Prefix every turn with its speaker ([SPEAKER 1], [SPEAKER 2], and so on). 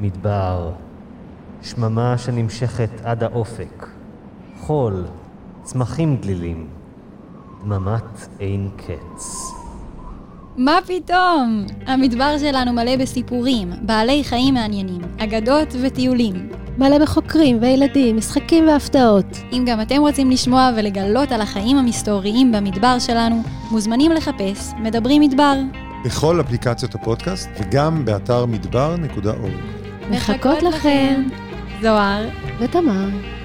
[SPEAKER 1] מדבר, שממה שנמשכת עד האופק, חול, צמחים דלילים, דממת אין קץ.
[SPEAKER 2] מה פתאום? המדבר שלנו מלא בסיפורים, בעלי חיים מעניינים, אגדות וטיולים.
[SPEAKER 3] מלא בחוקרים וילדים, משחקים והפתעות.
[SPEAKER 2] אם גם אתם רוצים לשמוע ולגלות על החיים המסתוריים במדבר שלנו, מוזמנים לחפש מדברים מדבר.
[SPEAKER 4] בכל אפליקציות הפודקאסט וגם באתר מדבר.org.
[SPEAKER 3] מחכות לכם.
[SPEAKER 2] זוהר
[SPEAKER 3] ותמר.